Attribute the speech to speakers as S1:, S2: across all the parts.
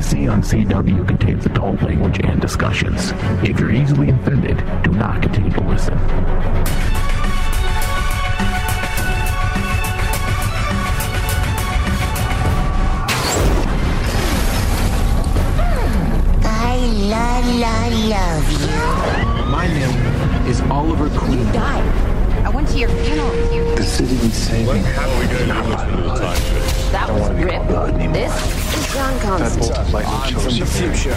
S1: C on CW contains adult language and discussions. If you're easily offended, do not continue to listen.
S2: I la la love you.
S3: My name is Oliver Queen.
S4: died. I went to your funeral. You.
S5: The city needs saving.
S4: That was ripped. This is John Constant.
S5: Bolt Lightning chose you, Mary,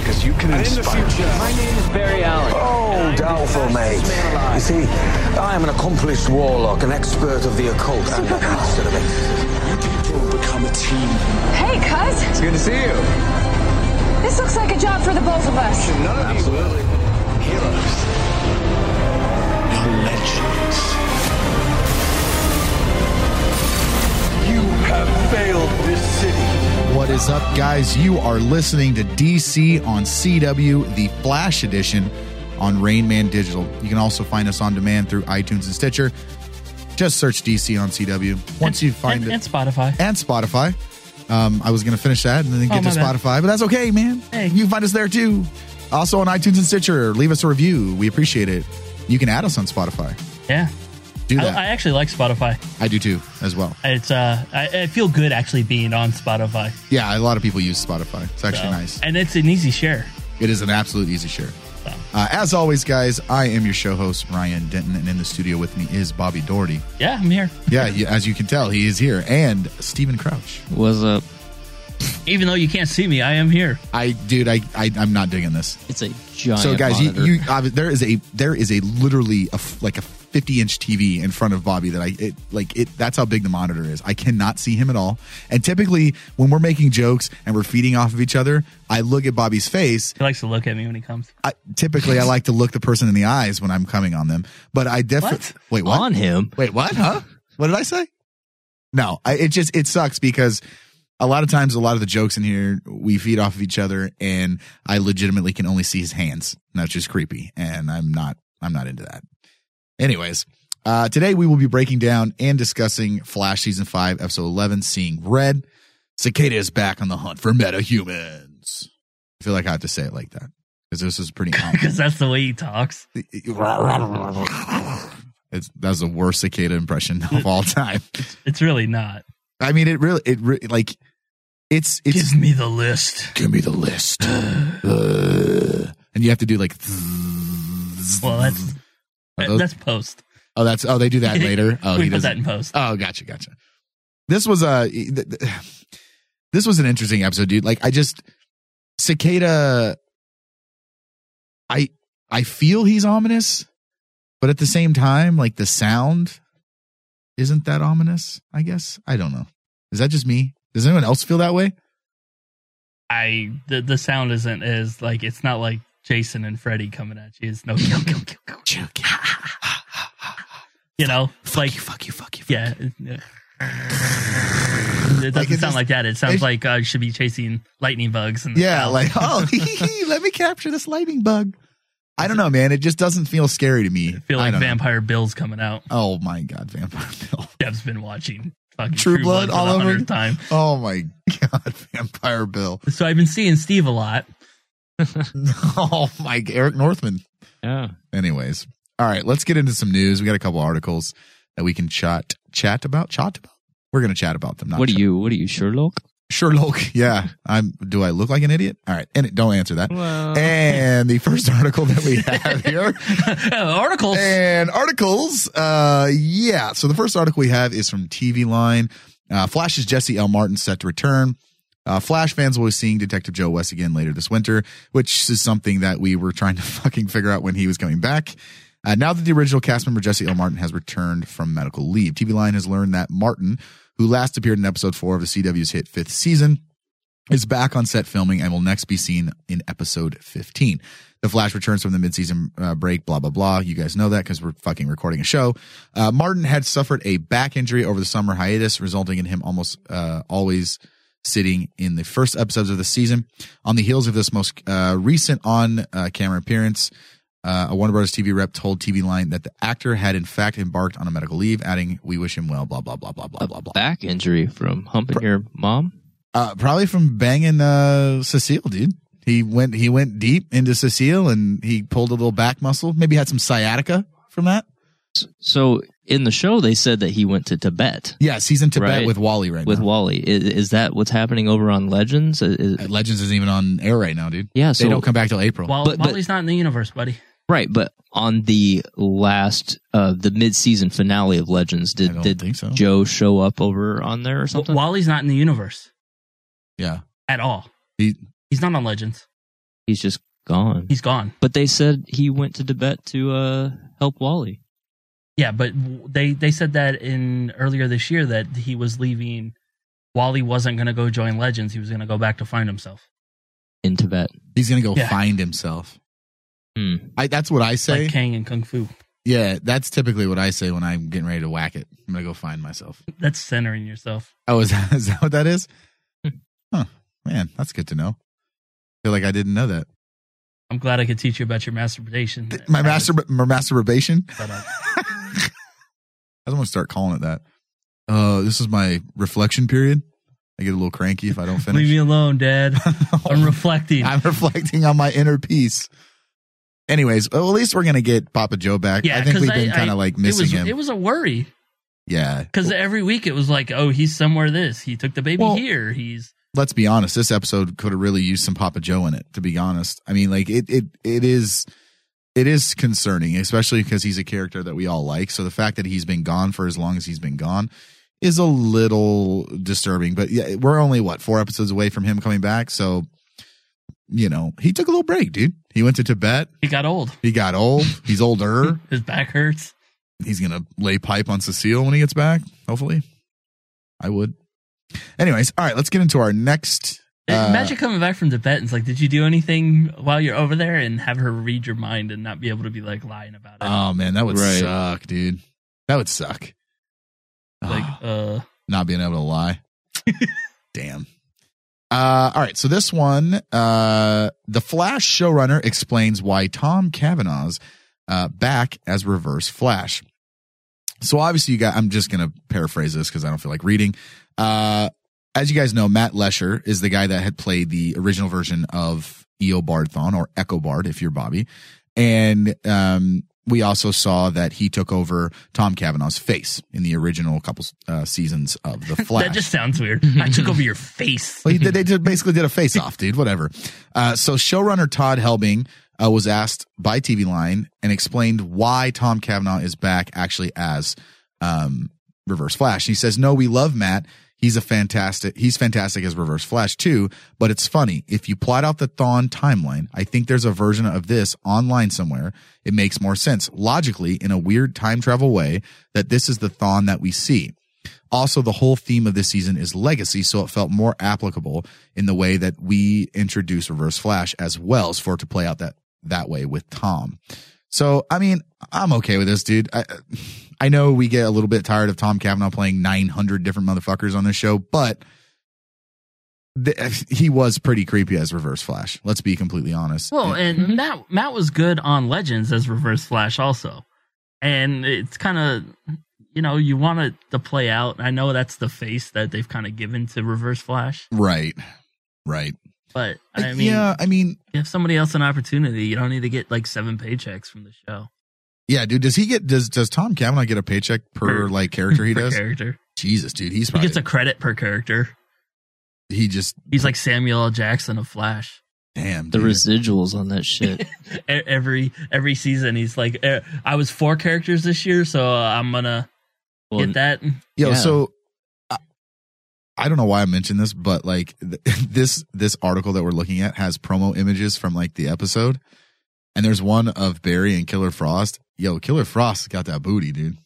S5: because you can inspire.
S3: My name is Barry Allen.
S6: Oh, doubtful, mate. You see, I am an accomplished warlock, an expert of the occult, and a master of it.
S5: People become a team.
S7: Hey, cuz,
S6: It's good to see you.
S7: this looks like a job for the both of us.
S5: None of you will. Heroes. You're legends. You have failed this city.
S8: What is up, guys? You are listening to DC on CW, the Flash Edition on Rain Man Digital. You can also find us on demand through iTunes and Stitcher. Just search DC on CW. Once you find
S9: and,
S8: it,
S9: and Spotify.
S8: and Spotify. Um, I was going to finish that and then
S9: Oh,
S8: get
S9: my
S8: to
S9: bad.
S8: Spotify, but that's okay, man.
S9: Hey.
S8: You can find us there too. Also on iTunes and Stitcher. Leave us a review. We appreciate it. You can add us on Spotify.
S9: yeah,
S8: Do
S9: I,
S8: that.
S9: I actually like Spotify.
S8: I do too, as well.
S9: It's uh, I, I feel good actually being on Spotify.
S8: Yeah, a lot of people use Spotify. It's actually
S9: So-
S8: nice.
S9: and it's an easy share.
S8: It is an absolute easy share. Uh, as always, guys, I am your show host, Ryan Denton, and in the studio with me is Bobby Doherty.
S9: Yeah, I'm here.
S8: Yeah, you- as you can tell, he is here, and Stephen Crouch.
S10: What's up?
S9: Even though you can't see me, I am here.
S8: I, dude, I, I I'm not digging this.
S10: It's a giant.
S8: so, guys, you,
S10: monitor.
S8: you I, there is a there is a literally a f like a 50 inch TV in front of Bobby that I it like it. That's how big the monitor is. I cannot see him at all. And typically, when we're making jokes and we're feeding off of each other, I look at Bobby's face
S9: He likes to look at me when he comes.
S8: I, typically I like to look the person in the eyes when I'm coming on them, but I
S9: What?
S8: definitely wait what
S10: on him.
S8: wait what huh what did I say? No, I, it just it sucks because a lot of times a lot of the jokes in here we feed off of each other, and I legitimately can only see his hands. And that's just creepy, and I'm not I'm not into that. Anyways, uh, today we will be breaking down and discussing Flash season five episode eleven, seeing red. Cicada is back on the hunt for metahumans. I feel like I have to say it like that because this is pretty.
S9: Because that's the way he talks.
S8: It's, that was the worst cicada impression of all time.
S9: It's really not.
S8: I mean, it really, it re- like, it's it's
S9: Give me the list.
S8: give me the list, Uh, and you have to do like. zzz.
S9: Well, that's
S8: Are those-
S9: that's post.
S8: oh, that's oh, they do that later. Oh,
S9: we
S8: he
S9: put that
S8: doesn't.
S9: in post.
S8: Oh, gotcha, gotcha. This was a th- th- this was an interesting episode, dude. Like, I just cicada. I I feel he's ominous, but at the same time, like the sound isn't that ominous. I guess I don't know. Is that just me? Does anyone else feel that way?
S9: I the, the sound isn't as like it's not like Jason and Freddy coming at you. It's no kill kill kill kill. kill. you know, it's like
S8: Fuck you, fuck you.
S9: yeah. it- yeah. It doesn't
S8: Like, it
S9: sound
S8: just-
S9: like that. It sounds
S8: it-
S9: like uh, you should be chasing lightning bugs. And
S8: Yeah, like oh, hee, hee, hee, let me capture this lightning bug. I don't know, man. It just doesn't feel scary to me.
S9: I feel
S8: I
S9: like
S8: don't know.
S9: Vampire Bill's coming out.
S8: Oh my god, vampire Bill.
S9: Dev's been watching fucking
S8: True
S9: True,
S8: Blood
S9: Blood,
S8: all
S9: for the
S8: over?
S9: hundredth time.
S8: Oh my god, Vampire Bill.
S9: So I've been seeing Steve a lot.
S8: Oh my Eric Northman.
S10: yeah.
S8: Anyways, all right, let's get into some news. We got a couple articles that we can chat chat about. Chat about. We're gonna chat about them. Not
S10: What are
S8: chat-
S10: you? What are you, Sherlock?
S8: Sherlock? Yeah, I'm. Do I look like an idiot? All right, and don't answer that. And the first article that we have here.
S9: Oh, Articles.
S8: And articles, uh, yeah. So the first article we have is from TV Line. Uh, Flash's Jesse L. Martin set to return. Uh, Flash fans will be seeing Detective Joe West again later this winter, which is something that we were trying to fucking figure out when he was coming back. Uh, now that the original cast member Jesse L. Martin has returned from medical leave, TV Line has learned that Martin, who last appeared in episode four of the CW's hit fifth season, is back on set filming and will next be seen in episode 15. The Flash returns from the midseason uh, break, blah, blah, blah. You guys know that because we're fucking recording a show. Uh, Martin had suffered a back injury over the summer hiatus, resulting in him almost uh, always sitting in the first episodes of the season. On the heels of this most uh, recent on uh, camera appearance, uh, a Warner Brothers TV rep told TV Line that the actor had in fact embarked on a medical leave, adding, We wish him well, blah, blah, blah, blah, blah, blah, blah.
S10: Back injury from humping your mom.
S8: Uh, probably from banging uh, Cecile, dude. He went he went deep into Cecile and he pulled a little back muscle. Maybe had some sciatica from that.
S10: So in the show, they said that he went to Tibet
S8: Yes, he's in Tibet
S10: Right.
S8: with Wally right
S10: with
S8: now.
S10: Wally. Is, is that what's happening over on Legends? Is- is-
S8: Uh, Legends isn't even on air right now, dude.
S10: Yeah,
S8: they
S10: so-
S8: don't come back till April.
S9: While,
S10: But- but-
S9: Wally's not in the universe, buddy.
S10: right, but on the last uh, the mid season finale of Legends,
S8: I
S10: did
S8: don't
S10: did
S8: think so.
S10: Joe show up over on there or something?
S9: Wally's not in the universe
S8: yeah,
S9: at all.
S8: he,
S9: He's not on Legends.
S10: He's just gone.
S9: He's gone.
S10: But they said he went to Tibet to uh, help Wally.
S9: Yeah, but w- they they said that in earlier this year that he was leaving. Wally wasn't going to go join Legends. He was going to go back to find himself.
S10: in Tibet.
S8: he's gonna go
S9: Yeah.
S8: find himself.
S10: Hmm.
S8: I, that's what I say.
S9: Like Kang and Kung Fu.
S8: yeah, that's typically what I say when I'm getting ready to whack it. I'm gonna go find myself.
S9: That's centering yourself.
S8: Oh, is that, is that what that is?
S10: Hmm.
S8: Huh. Man, that's good to know. feel like I didn't know that.
S9: I'm glad I could teach you about your masturbation.
S8: My
S9: That was-
S8: master, my masturbation.
S9: but, uh,
S8: I just want to start calling it that. Uh, this is my reflection period. I get a little cranky if I don't
S9: Leave me
S8: finish.
S9: alone, Dad. I'm reflecting.
S8: I'm reflecting on my inner peace. Anyways, well, at least we're gonna get Papa Joe back.
S9: yeah,
S8: I think
S9: 'cause
S8: we've been
S9: I-
S8: kind of like missing
S9: it was,
S8: him.
S9: It was a worry
S8: yeah,
S9: because every week it was like, oh, he's somewhere. This he took the baby
S8: Well-
S9: here. He's
S8: let's be honest, this episode could have really used some Papa Joe in it. To be honest, I mean, like it, it, it is, it is concerning, especially because he's a character that we all like. So the fact that he's been gone for as long as he's been gone is a little disturbing. But yeah, we're only what four episodes away from him coming back, so you know he took a little break, dude. He went to Tibet.
S9: he got old.
S8: He got old. He's older.
S9: His back hurts.
S8: he's gonna lay pipe on Cecile when he gets back. Hopefully, I would. Anyways, all right, let's get into our next. uh,
S9: Imagine coming back from Tibet and it's like, did you do anything while you're over there and have her read your mind and not be able to be like lying about it?
S8: Oh man, that would
S10: Right.
S8: suck, dude. That would suck.
S9: like,
S8: Ah,
S9: uh,
S8: not being able to lie. Damn. Uh, all right, so this one, uh, the Flash showrunner explains why Tom Kavanaugh's uh, back as Reverse Flash. So obviously, you got. I'm just gonna paraphrase this because I don't feel like reading. Uh, as you guys know, Matt Lesher is the guy that had played the original version of Eo Bardthon or Echo Bard, if you're Bobby. And um, we also saw that he took over Tom Cavanaugh's face in the original couple uh, seasons of The Flash.
S9: that just sounds weird. I took over your face.
S8: Well, he did, they did basically did a face off, dude. Whatever. Uh, so showrunner Todd Helbing uh, was asked by TV Line and explained why Tom Cavanaugh is back actually as um, Reverse Flash. He says, "No, we love Matt. He's a fantastic. He's fantastic as Reverse Flash too. But it's funny if you plot out the Thawne timeline. I think there's a version of this online somewhere. It makes more sense logically in a weird time travel way that this is the Thawne that we see." Also, the whole theme of this season is legacy, so it felt more applicable in the way that we introduce Reverse Flash as well as for it to play out that that way with Tom. So, I mean, I'm okay with this, dude. I I know we get a little bit tired of Tom Cavanaugh playing 900 different motherfuckers on this show, but th- he was pretty creepy as Reverse Flash. Let's be completely honest.
S9: Well, and Matt Matt was good on Legends as Reverse Flash also, and it's kind of you know you want it to play out. I know that's the face that they've kind of given to Reverse Flash,
S8: right, right.
S9: but I mean,
S8: yeah, I mean,
S9: give somebody else an opportunity. You don't need to get like seven paychecks from the show
S8: yeah, dude. Does he get does does Tom Cavanaugh get a paycheck per
S9: Per-
S8: like character he
S9: per
S8: does?
S9: character.
S8: Jesus, dude, he's
S9: He
S8: probably
S9: gets a credit per character.
S8: he just
S9: He's like Samuel L. Jackson of Flash.
S8: damn
S10: The
S8: dude.
S10: residuals on that shit.
S9: E- Every every season, he's like, "Eh, I was four characters this year, so uh, I'm gonna
S10: Well,
S9: get that.
S8: yo
S10: yeah.
S8: so I, I don't know why i mentioned this but like th- this this article that we're looking at has promo images from like the episode and there's one of barry and killer frost yo killer frost got that booty dude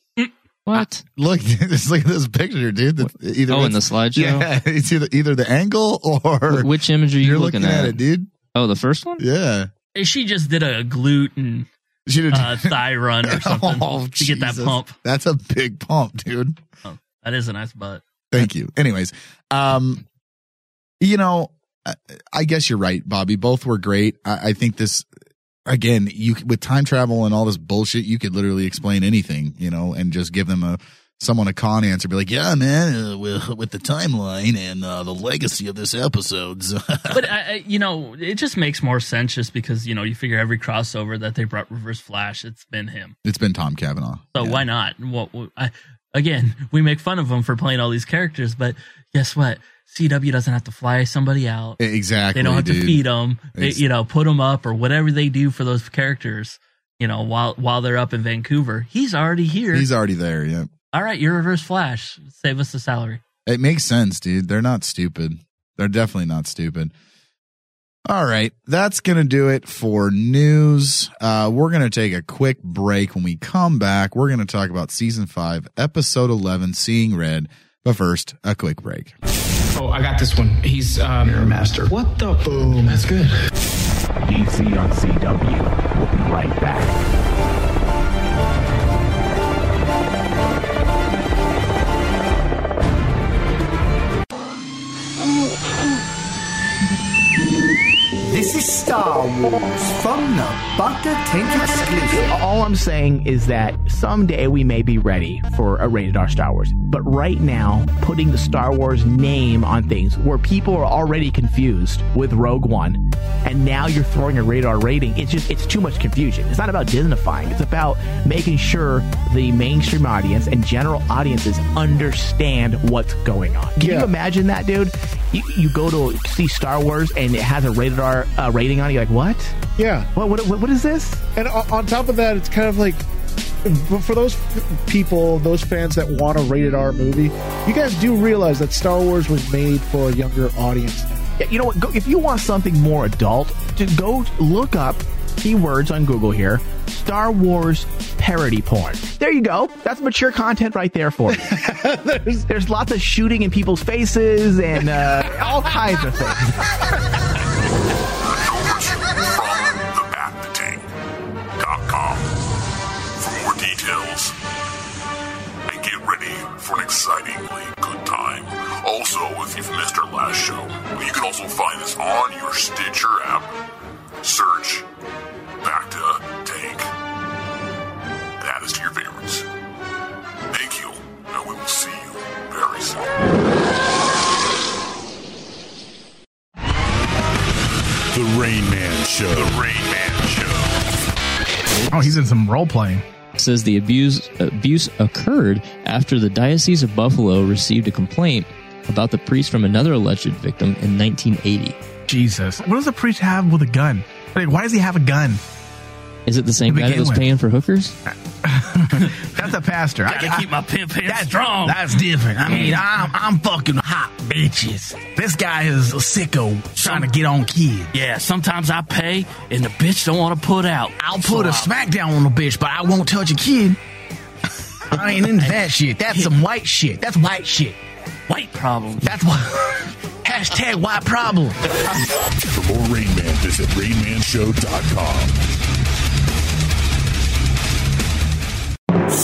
S10: What?
S8: look just look at this picture dude That's- either
S10: Oh, in the
S8: it's-
S10: slideshow.
S8: yeah it's either, either the angle or
S10: Wh- Which image are you
S8: you're
S10: looking, at?
S8: it dude
S10: Oh, the first one.
S8: yeah
S9: She just did a glute and
S8: she did
S9: uh, thigh run or something
S8: Oh,
S9: to get that
S8: Jesus.
S9: pump.
S8: that's a big pump dude
S9: That is a nice butt.
S8: Thank you. Anyways, um, you know, I, I guess you're right, Bobby. Both were great. I, I think this again, you with time travel and all this bullshit, you could literally explain anything, you know, and just give them a someone a con answer, be like, "Yeah, man, uh, with, with the timeline and uh, the legacy of this episode."
S9: but I, I, you know, it just makes more sense just because you know you figure every crossover that they brought Reverse Flash, it's been him.
S8: it's been Tom Cavanaugh.
S9: So
S8: Yeah.
S9: why not? What, what I, again, we make fun of him for playing all these characters, but guess what? CW doesn't have to fly somebody out.
S8: E- Exactly.
S9: they don't have to
S8: dude.
S9: feed them. They,
S8: Ex-
S9: you know, put them up or whatever they do for those characters. You know, while while they're up in Vancouver, he's already here.
S8: He's already there. Yeah,
S9: all right, you're Reverse Flash. Save us the salary.
S8: it makes sense, dude. They're not stupid. They're definitely not stupid. All right, that's gonna do it for news. Uh, we're gonna take a quick break. When we come back, we're gonna talk about season five, episode eleven, "Seeing Red." But first, a quick break.
S5: Oh, I got this one. He's um, You're a master. What the boom? That's good.
S1: DC on CW. We'll be right back.
S11: This is Star Wars from the Butter Tank exclusive.
S12: All I'm saying is that someday we may be ready for a rated R Star Wars. But right now, putting the Star Wars name on things where people are already confused with Rogue One, and now you're throwing a rated R rating, it's just, it's too much confusion. It's not about Disneyfying, it's about making sure the mainstream audience and general audiences understand what's going on. Can you imagine that, dude? You, you go to see Star Wars and it has a rated R uh, rating on it, you're like, what?
S13: Yeah.
S12: What, what, what is this?
S13: And o- on top of that, it's kind of like but for those f- people, those fans that want a rated R movie, you guys do realize that Star Wars was made for a younger audience.
S12: Yeah, you know what? Go, if you want something more adult, to go look up keywords on Google here: Star Wars parody porn. There you go. That's mature content right there for you. there's, lots of shooting in people's faces and uh, all kinds of things.
S14: Battank.com for more details. And get ready for an excitingly good time. Also, if you've missed our last show, you can also find us on your Stitcher app. Search Back to Tank. And add us to your favorites. Thank you, and we will see you very soon.
S15: The Rain Man Show. The Rain Man Show.
S10: Oh, he's in some role playing. Says the abuse abuse occurred after the Diocese of Buffalo received a complaint about the priest from another alleged victim in 1980. Jesus,
S16: What does a priest have with a gun? Like, why does he have a gun?
S10: is it the same
S16: To
S10: guy that
S16: begin
S10: was
S16: with.
S10: paying for hookers?
S16: That's a pastor. I
S17: Gotta keep my pimp hand strong.
S16: That's different. I mean,
S17: Mm.
S16: I'm I'm fucking hot bitches. This guy is a sicko trying to get on kids.
S17: Yeah, sometimes I pay and the bitch don't want to put out.
S16: I'll put a smackdown on the bitch, but I won't touch a kid. I ain't into that shit. That's some white shit. That's white shit. White problem. That's what. Hashtag white problem.
S15: For more Rain Man, visit RainManShow.com.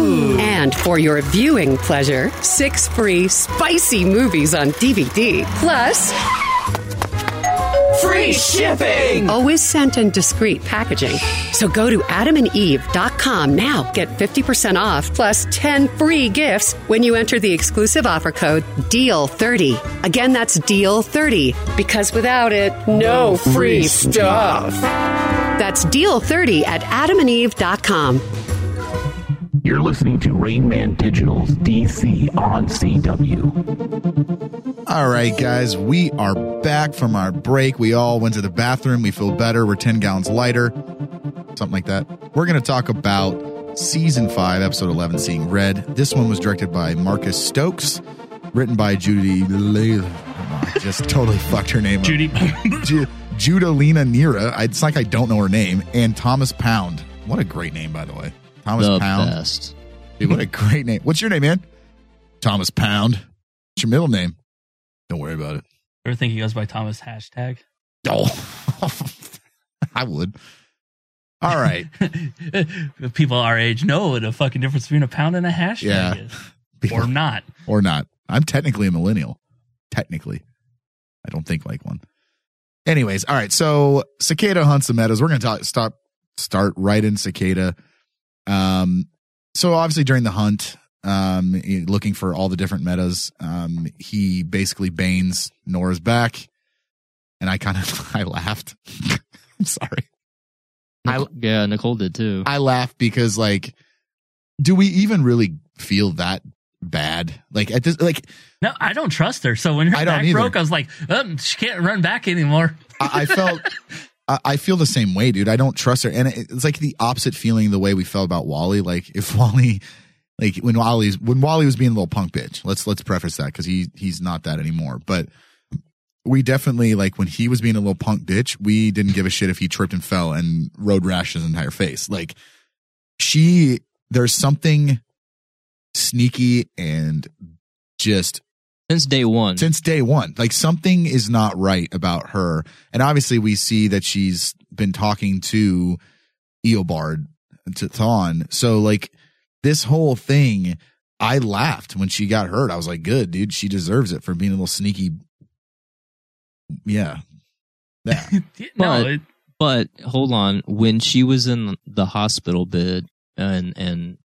S18: And for your viewing pleasure, six free spicy movies on DVD, plus
S2: Free shipping!
S18: Always sent in discreet packaging. So go to adamandeve.com now. Get 50% off plus 10 free gifts when you enter the exclusive offer code E DEAL30. Again, that's E DEAL30 because without it, no free stuff. That's E DEAL30 at adamandeve.com.
S1: You're listening to Rain Man Digital's DC on CW.
S8: All right, guys, we are back from our break. We all went to the bathroom. We feel better. We're 10 gallons lighter, something like that. We're going to talk about season five, episode 11, Seeing Red. This one was directed by Marcus Stokes, written by Judy. Le- I just totally fucked her name Judy. up. Ju- Judalina Nera. I- It's like I don't know her name. And Thomas Pound. What a great name, by the way. Thomas
S10: The
S8: Pound.
S10: best.
S8: Dude, what a great name. What's your name, man? Thomas Pound. What's your middle name? Don't worry about it.
S9: Ever think he goes by Thomas hashtag?
S8: Oh, I would. All right.
S9: People our age know the fucking difference between a pound and a hashtag
S8: Yeah.
S9: is. Or not.
S8: or not. I'm technically a millennial. Technically. I don't think like one. Anyways, all right. So cicada hunts the meadows. We're going to talk, stop, start right in cicada. Um, so obviously during the hunt, um, he- looking for all the different meadows, um, he basically banes Nora's back, and I kind of I laughed. I'm sorry.
S10: I, yeah, Nicole did too.
S8: I laugh because like, do we even really feel that bad? Like at this, like
S9: No, I don't trust her. So when her
S8: I don't
S9: back
S8: either.
S9: broke, I was like, um, she can't run back anymore.
S8: I, I felt I, I feel the same way, dude. I don't trust her, and it, it's like the opposite feeling the way we felt about Wally. Like if Wally, like when Wally's when Wally was being a little punk bitch. Let's let's preface that because he he's not that anymore. But we definitely like when he was being a little punk bitch. We didn't give a shit if he tripped and fell and road rashed his entire face. Like she, there's something sneaky and just
S10: since day one.
S8: Since day one, like something is not right about her, and obviously we see that she's been talking to Eobard to Thawne. So like this whole thing, I laughed when she got hurt. I was like, "Good, dude, she deserves it for being a little sneaky." Yeah,
S10: but, but hold on. When she was in the hospital bed and and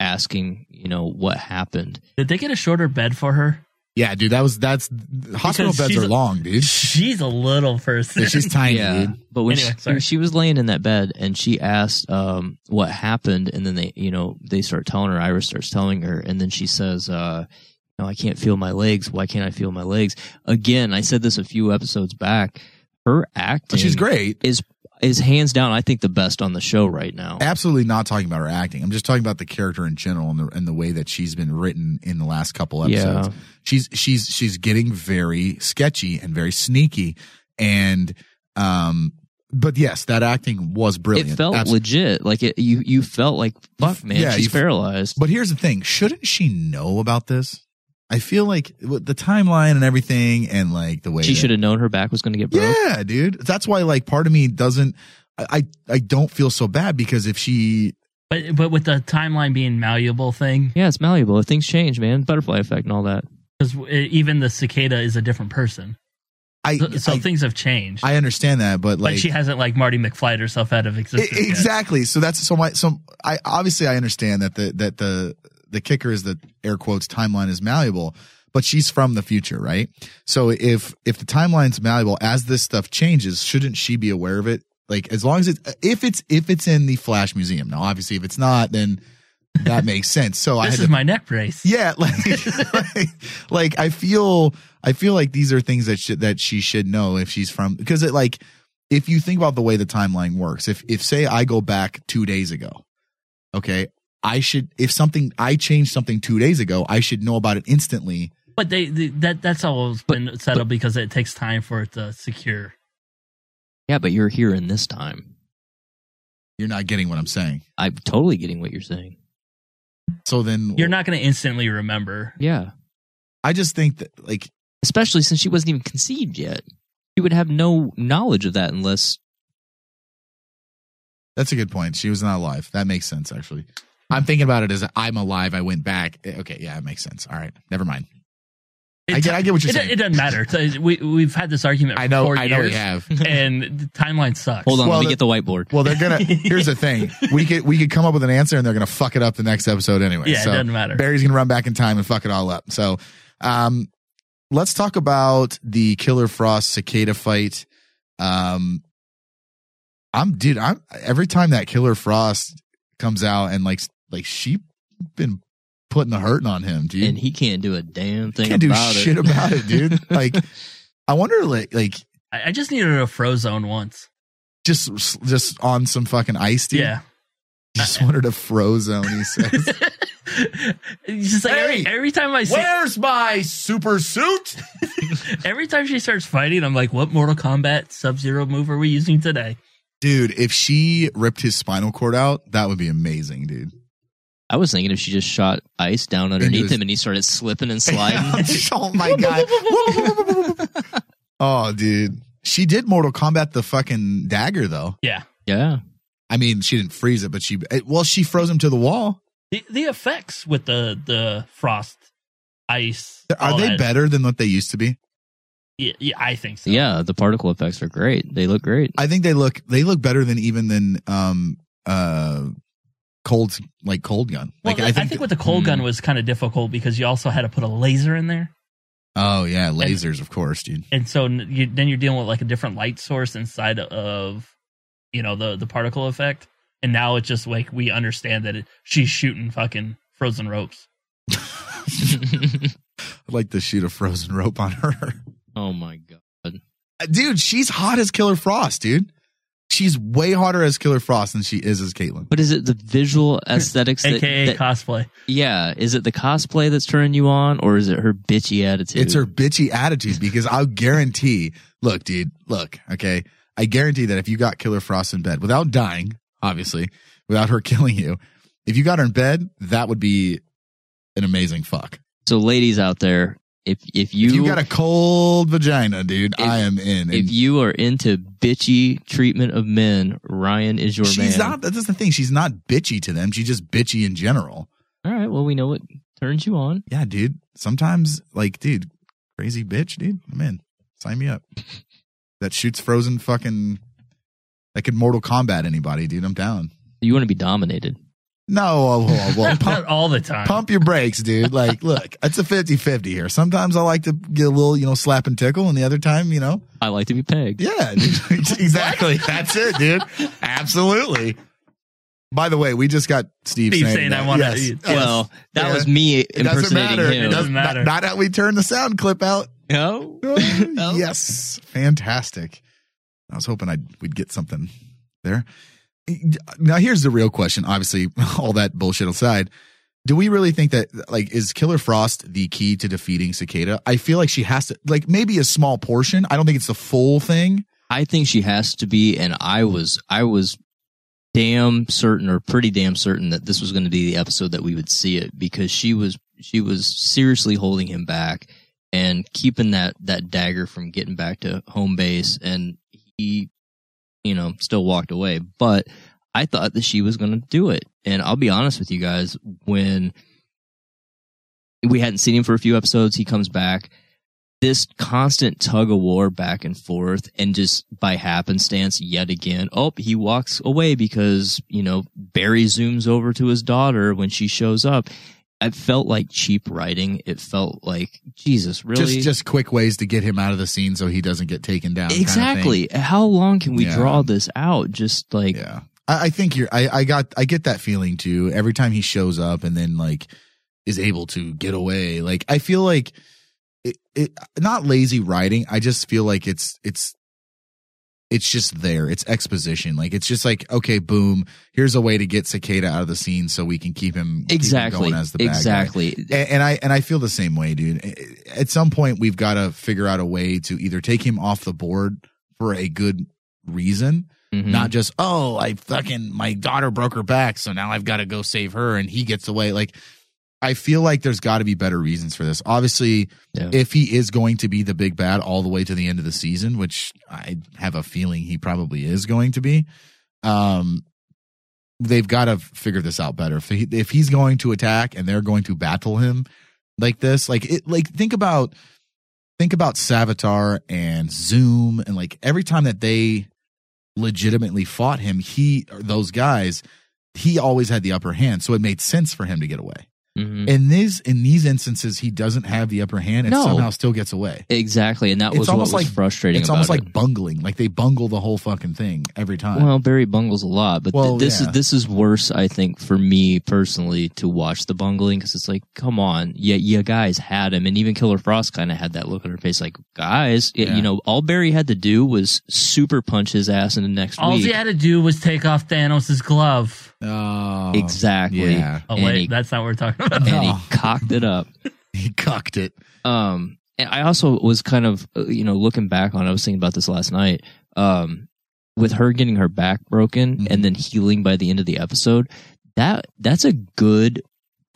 S10: asking, you know, what happened,
S9: Did they get a shorter bed for her?
S8: yeah, dude. That was that's hospital
S9: Because
S8: beds
S9: she's
S8: are
S9: a-
S8: long, dude.
S9: She's a little person.
S10: But when,
S9: anyway,
S10: she,
S9: sorry.
S10: when she was laying in that bed and she asked um, what happened, and then they, you know, they start telling her, Iris starts telling her, and then she says, uh, no, I can't feel my legs. Why can't I feel my legs? Again, I said this a few episodes back. Her acting
S8: she's great.
S10: Is is hands down, I think, the best on the show right now.
S8: Absolutely not talking about her acting. I'm just talking about the character in general and the and the way that she's been written in the last couple episodes.
S10: Yeah.
S8: She's she's she's getting very sketchy and very sneaky and um but yes, that acting was brilliant.
S10: It felt
S8: Absolutely.
S10: legit. Like it, you, you felt like fuck, man. she's
S8: you-
S10: paralyzed.
S8: But here's the thing: shouldn't she know about this? I feel like with the timeline and everything, and like the way
S10: She
S8: that-
S10: should have known her back was going to get broke.
S8: Yeah, dude. That's why, like, part of me doesn't. I I, I don't feel so bad because if she
S9: But but with the timeline being malleable thing,
S10: Yeah, it's malleable. Things change, man. Butterfly effect and all that.
S9: because even the cicada is a different person.
S8: I
S9: so, so things have changed.
S8: I understand that, but
S9: Like,
S8: like
S9: she hasn't like Marty McFlyed herself out of
S8: I-
S9: existence. yet.
S8: E-, exactly. So that's so my so I obviously I understand that the that the the kicker is that air quotes timeline is malleable, but she's from the future, right? So if if the timeline's malleable as this stuff changes, shouldn't she be aware of it? Like as long as it's if it's if it's in the Flash Museum. Now obviously if it's not, then that makes sense. So I
S9: This
S8: had
S9: is
S8: to,
S9: my neck brace.
S8: yeah, like, like, like, I feel, I feel like these are things that should, that she should know if she's from because it like if you think about the way the timeline works, if if say I go back two days ago, okay, I should if something I changed something two days ago, I should know about it instantly.
S9: But they, they that that's always been settled because it takes time for it to secure.
S10: Yeah, but you're here in this time.
S8: You're not getting what I'm saying.
S10: I'm totally getting what you're saying.
S8: So then
S9: You're not going to instantly remember.
S10: Yeah.
S8: I just think that like
S10: especially since she wasn't even conceived yet. She would have no knowledge of that unless
S8: That's a good point. She was not alive. That makes sense actually. I'm thinking about it as I'm alive. I went back. Eh, Okay, yeah, it makes sense. All right, never mind. I get, I get what you're
S9: it,
S8: saying.
S9: It doesn't matter. So We we've had this argument. I know. For
S8: I know we
S9: years,
S8: have.
S9: And the timeline sucks.
S10: the whiteboard.
S8: Well, they're gonna. Here's the thing: we could we could come up with an answer, and they're gonna fuck it up the next episode anyway.
S9: Yeah, it
S8: so
S9: doesn't matter.
S8: Barry's gonna run back in time and fuck it all up. So, um, let's talk about the Killer Frost cicada fight. Um, I'm dude. I'm every time that Killer Frost comes out and like like she been putting the hurting on him, dude.
S10: and he can't do a damn thing
S8: can't do
S10: about it.
S8: shit about it, dude. like, I wonder, like, like
S9: I, I just needed a frozone once.
S8: just just on some fucking ice, dude.
S9: Yeah.
S8: Just wanted to frozone. He says.
S9: It's just like every, every time I see,
S8: where's my super suit?
S9: every time she starts fighting, I'm like, what Mortal Kombat Sub Zero move are we using today?
S8: Dude, if she ripped his spinal cord out, that would be amazing, dude.
S10: I was thinking if she just shot ice down underneath
S8: his-
S10: him and he started slipping and sliding.
S11: oh my god.
S8: Oh, dude. She did Mortal Kombat the fucking dagger though.
S9: Yeah.
S10: Yeah.
S8: I mean, she didn't freeze it, but she it- well, she froze him to the wall.
S9: The, the effects with the the frost, ice.
S8: Are
S9: all
S8: they
S9: that-
S8: better than what they used to be?
S9: Yeah, yeah, I think so.
S10: yeah, the particle effects are great. They look great.
S8: I think they look they look better than even than um uh cold like cold gun.
S9: Well,
S8: Like I think,
S9: with the cold
S8: Hmm.
S9: gun was kind of difficult because you also had to put a laser in there,
S8: Oh yeah, lasers of course, dude.
S9: and so n- you, then you're dealing with like a different light source inside of, you know, the the particle effect. And now it's just like we understand that it, she's shooting fucking frozen ropes.
S8: I'd like to shoot a frozen rope on her.
S10: Oh my god.
S8: Dude, she's hot as Killer Frost, dude. She's way hotter as Killer Frost than she is as Caitlyn.
S10: But is it the visual aesthetics that,
S8: AKA
S10: that-
S9: cosplay?
S10: Yeah, is it the cosplay that's turning you on or is it her bitchy attitude?
S8: It's her bitchy attitude because I'll guarantee. Look, dude. Look, okay. I guarantee that if you got Killer Frost in bed without dying, obviously, without her killing you, if you got her in bed, that would be an amazing fuck.
S10: So ladies out there, if if you
S8: If you got a cold vagina, dude, I am in.
S10: if you are into bitchy treatment of men, Ryan is your
S8: she's
S10: man.
S8: not. That's the thing. She's not bitchy to them. She's just bitchy in general.
S10: All right. Well, we know what turns you on.
S8: Yeah, dude. Sometimes, like, dude, crazy bitch, dude. I'm in. Sign me up. that shoots frozen fucking. That could Mortal Kombat anybody, dude. I'm down.
S10: You want to be dominated.
S8: No, well, well, well,
S9: Not
S8: pump,
S9: all the time.
S8: pump your brakes, dude. Like, look, it's a 50 50 here. Sometimes I like to get a little, you know, slap and tickle, and the other time, you know,
S10: I like to be pegged.
S8: yeah, dude. exactly. That's it, dude. Absolutely. By the way, we just got Steve,
S9: Steve saying I wanna-
S8: Yes.
S9: yes.
S10: Well, that
S8: Yeah.
S10: was me
S8: It doesn't
S10: impersonating
S8: matter.
S10: him.
S8: It doesn't matter. Oh. Not, not how we turn the sound clip out.
S10: No.
S8: Yes. Fantastic. I was hoping I'd we'd get something there. Now here's the real question. Obviously, all that bullshit aside, do we really think that like is Killer Frost the key to defeating Cicada? I feel like she has to like maybe a small portion. I don't think it's the full thing.
S10: I think she has to be, and I was I was damn certain or pretty damn certain that this was going to be the episode that we would see it because she was she was seriously holding him back and keeping that that dagger from getting back to home base and he you know still walked away but I thought that she was going to do it and I'll be honest with you guys when we hadn't seen him for a few episodes he comes back this constant tug of war back and forth and just by happenstance yet again oh he walks away because you know barry zooms over to his daughter when she shows up it felt like cheap writing it felt like jesus really
S8: Just just quick ways to get him out of the scene so he doesn't get taken down. kinda thing.
S10: exactly how long can we
S8: Yeah.
S10: draw this out just like
S8: I, I think you're. I, I got. I get that feeling too. Every time he shows up and then like is able to get away. Like I feel like it. it not lazy writing. I just feel like it's it's it's just there. It's exposition. Like it's just like okay, boom. Here's a way to get Cicada out of the scene so we can keep him keep him
S10: Exactly.
S8: going as the bad guy.
S10: Exactly.
S8: And, and I and I feel the same way, dude. At some point, we've got to figure out a way to either take him off the board for a good reason,
S10: Mhm.
S8: not just oh, I fucking my daughter broke her back, so now I've got to go save her, and he gets away. Like I feel like there's got to be better reasons for this. Obviously, if he is going to be the big bad all the way to the end of the season, which I have a feeling he probably is going to be, um, they've got to figure this out better. If, he, if he's going to attack and they're going to battle him like this, like it, like think about think about Savitar and Zoom and like every time that they legitimately fought him, he or those guys, he always had the upper hand, so it made sense for him to get away.
S10: Mhm.
S8: In these in these instances, he doesn't have the upper hand and
S10: No.
S8: somehow still gets away.
S10: exactly and that was what was frustrating
S8: It's almost
S10: about it.
S8: like bungling. Like they bungle the whole fucking thing every time.
S10: Well, Barry bungles a lot, but th-
S8: Well,
S10: this
S8: yeah.
S10: is this is worse, I think, for me personally to watch the bungling because it's like, come on, yeah, you guys had him, and even Killer Frost kind of had that look on her face, like, guys, y- you know, all Barry had to do was super punch his ass in the next
S9: All
S10: week.
S9: he had to do was take off Thanos' glove.
S8: Oh,
S10: exactly.
S9: Oh
S10: And
S9: wait, oh.
S10: he-
S9: that's not what we're talking about.
S10: and he cocked it up.
S8: he cocked it.
S10: Um, and I also was kind of, uh, you know, looking back on. it, I was thinking about this last night.
S8: Mm-hmm.
S10: Um, with her getting her back broken and then healing by the end of the episode, that that's a good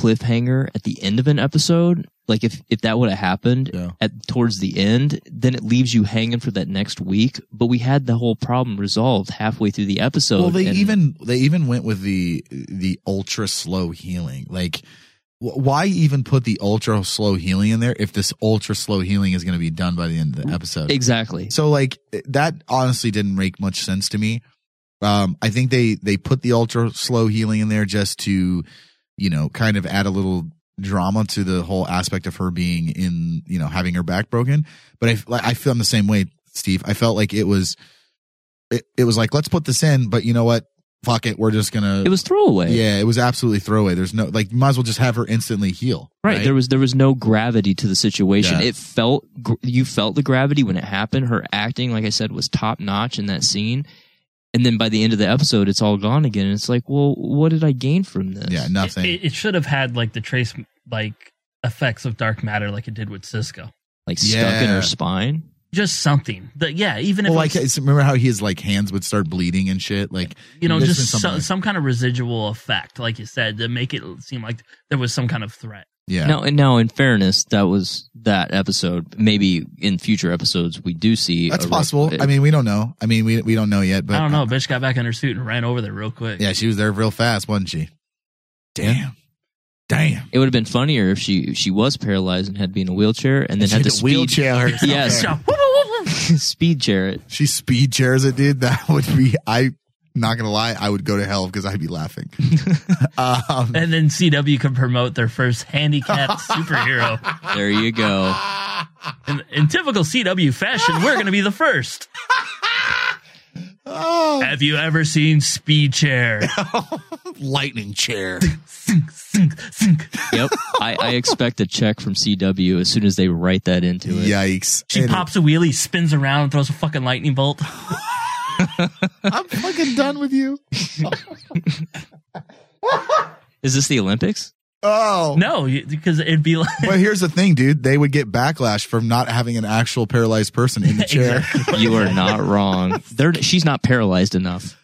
S10: cliffhanger at the end of an episode. Like if if that would have happened at towards the end, then it leaves you hanging for that next week. But we had the whole problem resolved halfway through the episode.
S8: Well, they
S10: and-
S8: even they even went with the the ultra slow healing. Like, wh- why even put the ultra slow healing in there if this ultra slow healing is going to be done by the end of the episode?
S10: Exactly.
S8: So, like, that honestly didn't make much sense to me. Um, I think they they put the ultra slow healing in there just to, you know, kind of add a little drama to the whole aspect of her being in, you know, having her back broken. But I like, I feel I'm the same way, Steve. I felt like it was it, it was like let's put this in but you know what fuck it we're just gonna
S10: It was throwaway.
S8: yeah it was absolutely throwaway there's no like you might as well just have her instantly heal
S10: Right. There was there was no gravity to the situation.
S8: Yeah.
S10: It felt gr- you felt the gravity when it happened. Her acting, like I said, was top notch in that scene. And then by the end of the episode, it's all gone again. And it's like, well, what did I gain from this? Yeah,
S8: nothing.
S9: It, it should have had like the trace like effects of dark matter, like it did with Cisco.
S10: like
S8: Yeah.
S10: stuck in her spine.
S9: Just something. That yeah, even if
S8: well,
S9: it
S8: like
S9: was-
S8: it's- remember how his like hands would start bleeding and shit like
S9: you know,
S8: there's
S9: just
S8: been
S9: some,
S8: something
S9: some kind of residual effect, like you said, to make it seem like there was some kind of threat.
S8: Yeah.
S10: Now, and now, in fairness, that was that episode. Maybe in future episodes, we do see.
S8: like- that's
S10: a-
S8: possible i mean we don't know i mean we, we don't know yet but
S9: I don't know. bitch got back in her suit and ran over there real quick.
S8: yeah she was there real fast wasn't she damn damn.
S10: It would have been funnier if she she was paralyzed and had to be in a wheelchair and then
S8: she
S10: had
S8: had
S10: to
S8: to
S10: speed,
S8: wheelchair herself.
S10: Yes,
S8: Yeah.
S10: speed chair it.
S8: she speed chairs it dude that would be i not gonna lie i would go to hell because i'd be laughing um,
S9: and then CW can promote their first handicapped superhero.
S10: There you go.
S9: In, in typical CW fashion, we're going to be the first. Have you ever seen Speed Chair?
S8: lightning chair
S10: Yep. I, I expect a check from CW as soon as they write that into it.
S8: Yikes.
S9: She pops a wheelie, spins around, and throws a fucking lightning bolt.
S8: i'm fucking done with you
S10: Is this the Olympics?
S8: Oh
S9: no, because it'd be like.
S8: But here's the thing, dude. They would get backlash from not having an actual paralyzed person in the chair.
S10: You are not wrong. They're, she's not paralyzed enough.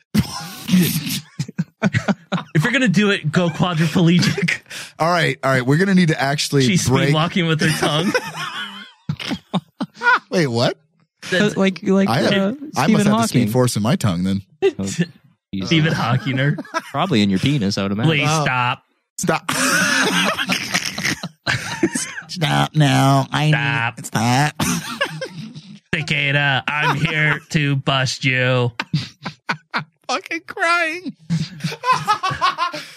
S9: If you're gonna do it, go quadriplegic.
S8: all right, all right. We're gonna need to actually
S9: She's
S8: break.
S9: speed walking with her tongue.
S8: Wait, what?
S9: That's-
S10: like, like uh,
S8: I, have, I must have the speed force in my tongue then.
S9: Stephen Hawking or
S10: probably in your penis, I would imagine.
S9: Please stop.
S8: Stop. Stop now. I
S9: stop.
S8: Stop.
S9: Cicada, I'm here to bust you.
S8: Fucking crying.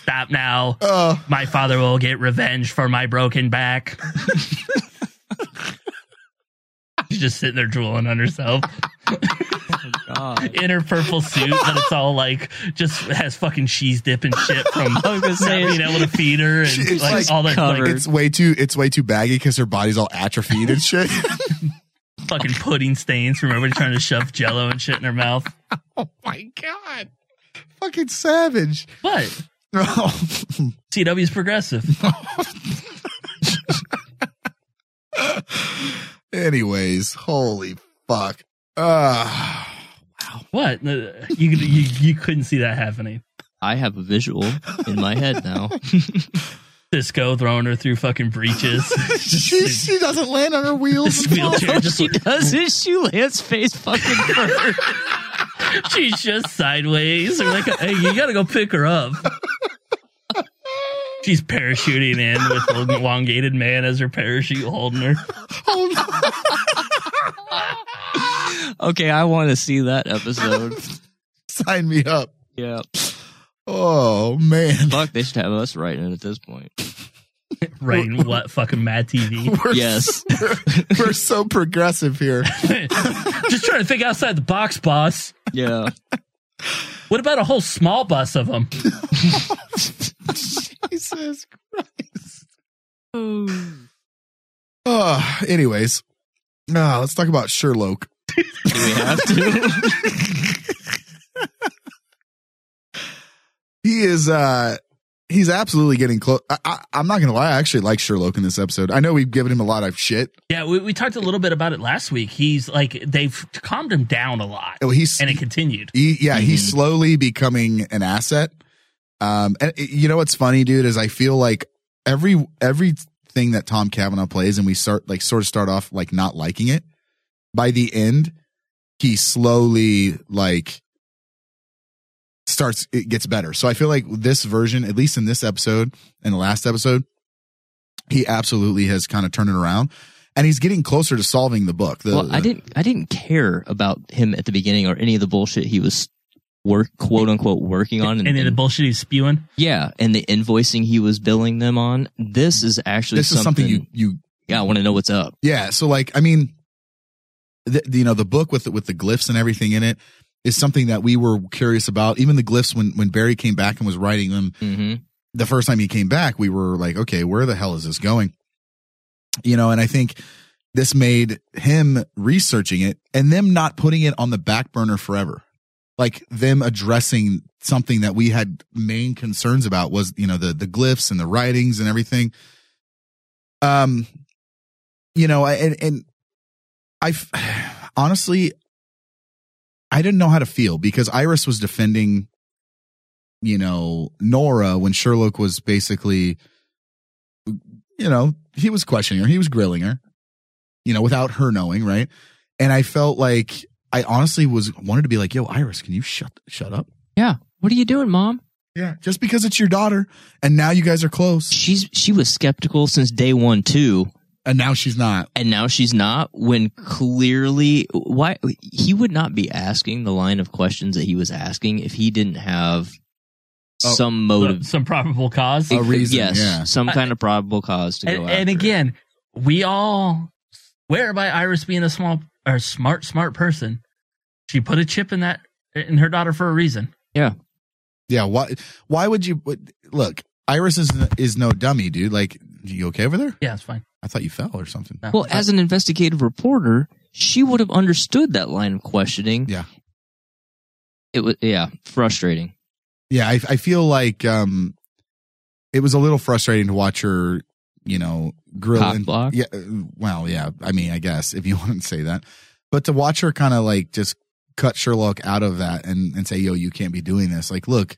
S9: Stop now. My father will get revenge for my broken back. She's just sitting there drooling on herself. In her purple suit, but it's all like just has fucking cheese dip and shit from not being able to feed her and
S8: It's
S9: like, all that like,
S8: It's way too. It's way too baggy because her body's all atrophied and shit.
S9: fucking pudding stains from everybody trying to shove jello and shit in her mouth.
S8: my god, fucking savage. Oh.
S9: What?
S8: CW
S9: CW's progressive.
S8: Anyways, holy fuck. Uh,
S9: What? Uh, You, you you couldn't see that happening.
S10: I have a visual in my head now.
S9: Cisco throwing her through fucking breaches.
S8: she, she doesn't land on her wheels.
S9: This wheelchair just like-
S10: she lands face fucking first.
S9: She's just sideways. They're like, hey, you gotta go pick her up. She's parachuting in with an elongated man as her parachute holding her.
S10: okay, I want to see that episode.
S8: Sign me up.
S10: Yeah.
S8: Oh man.
S10: Fuck, they should have us writing it at this point.
S9: Writing what? Fucking Mad TV.
S8: We're
S10: Yes.
S8: We're, we're so progressive here.
S9: just trying to think outside the box, boss.
S10: Yeah.
S9: What about a whole small bus of them?
S8: Jesus Christ. Uh, anyways, uh, let's talk about Sherlock.
S10: Do we have to?
S8: He is uh he's absolutely getting close. I, I, I'm not gonna lie, I actually like Sherlock in this episode. I know we've given him a lot of shit.
S9: Yeah, we, we talked a little bit about it last week. He's like they've calmed him down a lot.
S8: Oh, he's-
S9: and it continued.
S10: Mm-hmm.
S8: He, yeah, he's slowly becoming an asset. Um, and it- you know what's funny, dude, is I feel like every everything that Tom Cavanaugh plays, and we start like sort of start off like not liking it. By the end, he slowly like starts it gets better. So I feel like this version, at least in this episode and the last episode, he absolutely has kind of turned it around, and he's getting closer to solving the book. The,
S10: well, I didn't. I didn't care about him at the beginning or any of the bullshit he was work quote unquote working on.
S9: Any of the bullshit he's spewing.
S10: Yeah, and the invoicing he was billing them on. This is actually
S8: This is something you- you.
S10: Yeah, I want to know what's up.
S8: Yeah. So like, I mean, the, the- you know, the book with the, with the glyphs and everything in it is something that we were curious about. Even the glyphs when when Barry came back and was writing them
S10: Mm-hmm.
S8: the first time he came back, we were like, okay, where the hell is this going? You know, and I think this made him researching it and them not putting it on the back burner forever. Like them addressing something that we had main concerns about was, you know, the the glyphs and the writings and everything. Um, you know, I- and and I f- honestly, I didn't know how to feel because Iris was defending, you know, Nora when Sherlock was basically, you know, he was questioning her, he was grilling her, you know, without her knowing, right? And I felt like I honestly was wanted to be like, "Yo, Iris, can you shut shut up?"
S10: Yeah, what are you doing, mom?
S8: Yeah, just because it's your daughter, and now you guys are close.
S10: She's she was skeptical since day one too,
S8: and now she's not.
S10: And now she's not. When clearly, why he would not be asking the line of questions that he was asking if he didn't have
S8: Oh,
S10: some motive,
S9: Some probable cause.
S10: Yes, some kind of probable cause to go
S9: and,
S10: after.
S9: and again, we all swear by Iris being a small or smart, smart person. She put a chip in that in her daughter for a reason.
S10: Yeah.
S8: Yeah. Why? Why would you would- look? Iris is is no dummy, dude. Like, you okay over there?
S9: Yeah, it's fine.
S8: I thought you fell or something.
S10: Well, as an investigative reporter, she would have understood that line of questioning.
S8: Yeah.
S10: It was yeah, frustrating.
S8: yeah, I, I feel like um, it was a little frustrating to watch her, you know, grill
S10: Cock
S8: and
S10: block?
S8: yeah. uh, Well, yeah. I mean, I guess if you want to say that, but to watch her kind of like just cut Sherlock out of that and and say, "Yo, you can't be doing this." Like, look,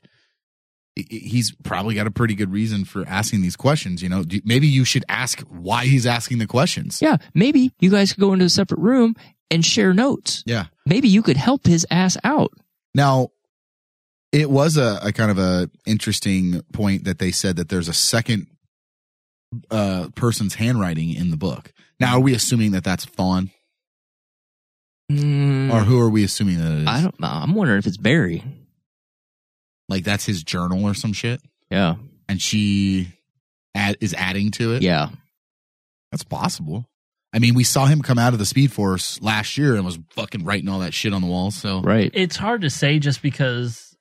S8: he- he's probably got a pretty good reason for asking these questions. You know, Do- maybe you should ask why he's asking the questions.
S10: Yeah, maybe you guys could go into a separate room and share notes.
S8: Yeah.
S10: Maybe you could help his ass out.
S8: Now, it was a, a kind of a interesting point that they said that there's a second uh, person's handwriting in the book. Now, are we assuming that that's Fawn, or who are we assuming that it is? I
S10: Mm, Hmm. don't. I'm wondering if it's Barry.
S8: Like that's his journal or some shit.
S10: Yeah,
S8: and she add, is adding to it.
S10: Yeah,
S8: that's possible. I mean, we saw him come out of the Speed Force last year and was fucking writing all that shit on the walls. So
S10: right,
S9: It's hard to say just because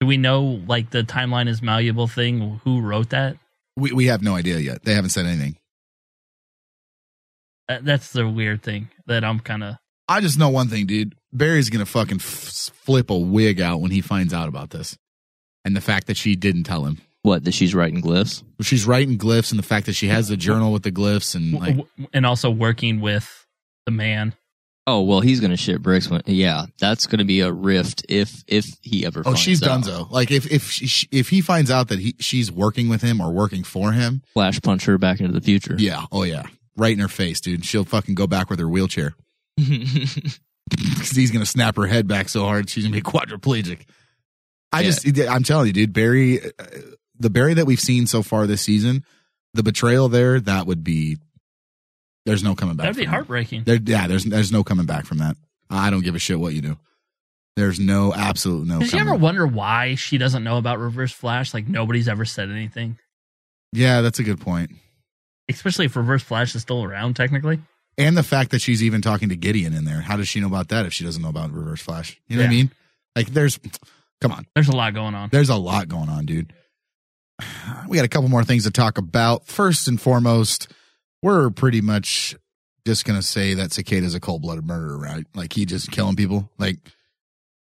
S9: do we know like the timeline is malleable thing? Who wrote that?
S8: we we have no idea yet. They haven't said anything.
S9: That- That's the weird thing that I'm kind of.
S8: I just know one thing, dude. Barry's gonna fucking f- flip a wig out when he finds out about this, and the fact that she didn't tell him
S10: what that she's writing glyphs.
S8: She's writing glyphs, and the fact that she has the journal with the glyphs, and like,
S9: and also working with the man.
S10: Oh well, he's gonna shit bricks. When, yeah, that's gonna be a rift if if he ever.
S8: oh,
S10: finds
S8: she's
S10: out.
S8: Dunzo. Like, if if she, if he finds out that he she's working with him or working for him,
S10: Flash punch her back into the future.
S8: yeah, oh yeah, right in her face, dude. She'll fucking go back with her wheelchair because he's gonna snap her head back so hard she's gonna be quadriplegic. I
S10: Yeah.
S8: just, I'm telling you, dude, Barry, uh, the Barry that we've seen so far this season, the betrayal there, that would be, there's no coming back.
S9: That'd be
S8: from that.
S9: heartbreaking.
S8: There, yeah, there's there's no coming back from that. I don't give a shit what you do. There's no absolute no.
S9: Did you
S8: coming-
S9: ever wonder why she doesn't know about Reverse Flash? Like nobody's ever said anything,
S8: yeah, that's a good point.
S9: especially if Reverse Flash is still around technically.
S8: And the fact that she's even talking to Gideon in there. How does she know about that if she doesn't know about Reverse Flash? You know what I
S9: Yeah.
S8: mean? Like, there's, come on,
S9: There's a lot going on.
S8: there's a lot going on, dude. We got a couple more things to talk about. First and foremost, we're pretty much just gonna say that Cicada's a cold blooded murderer, right? Like he just killing people. Like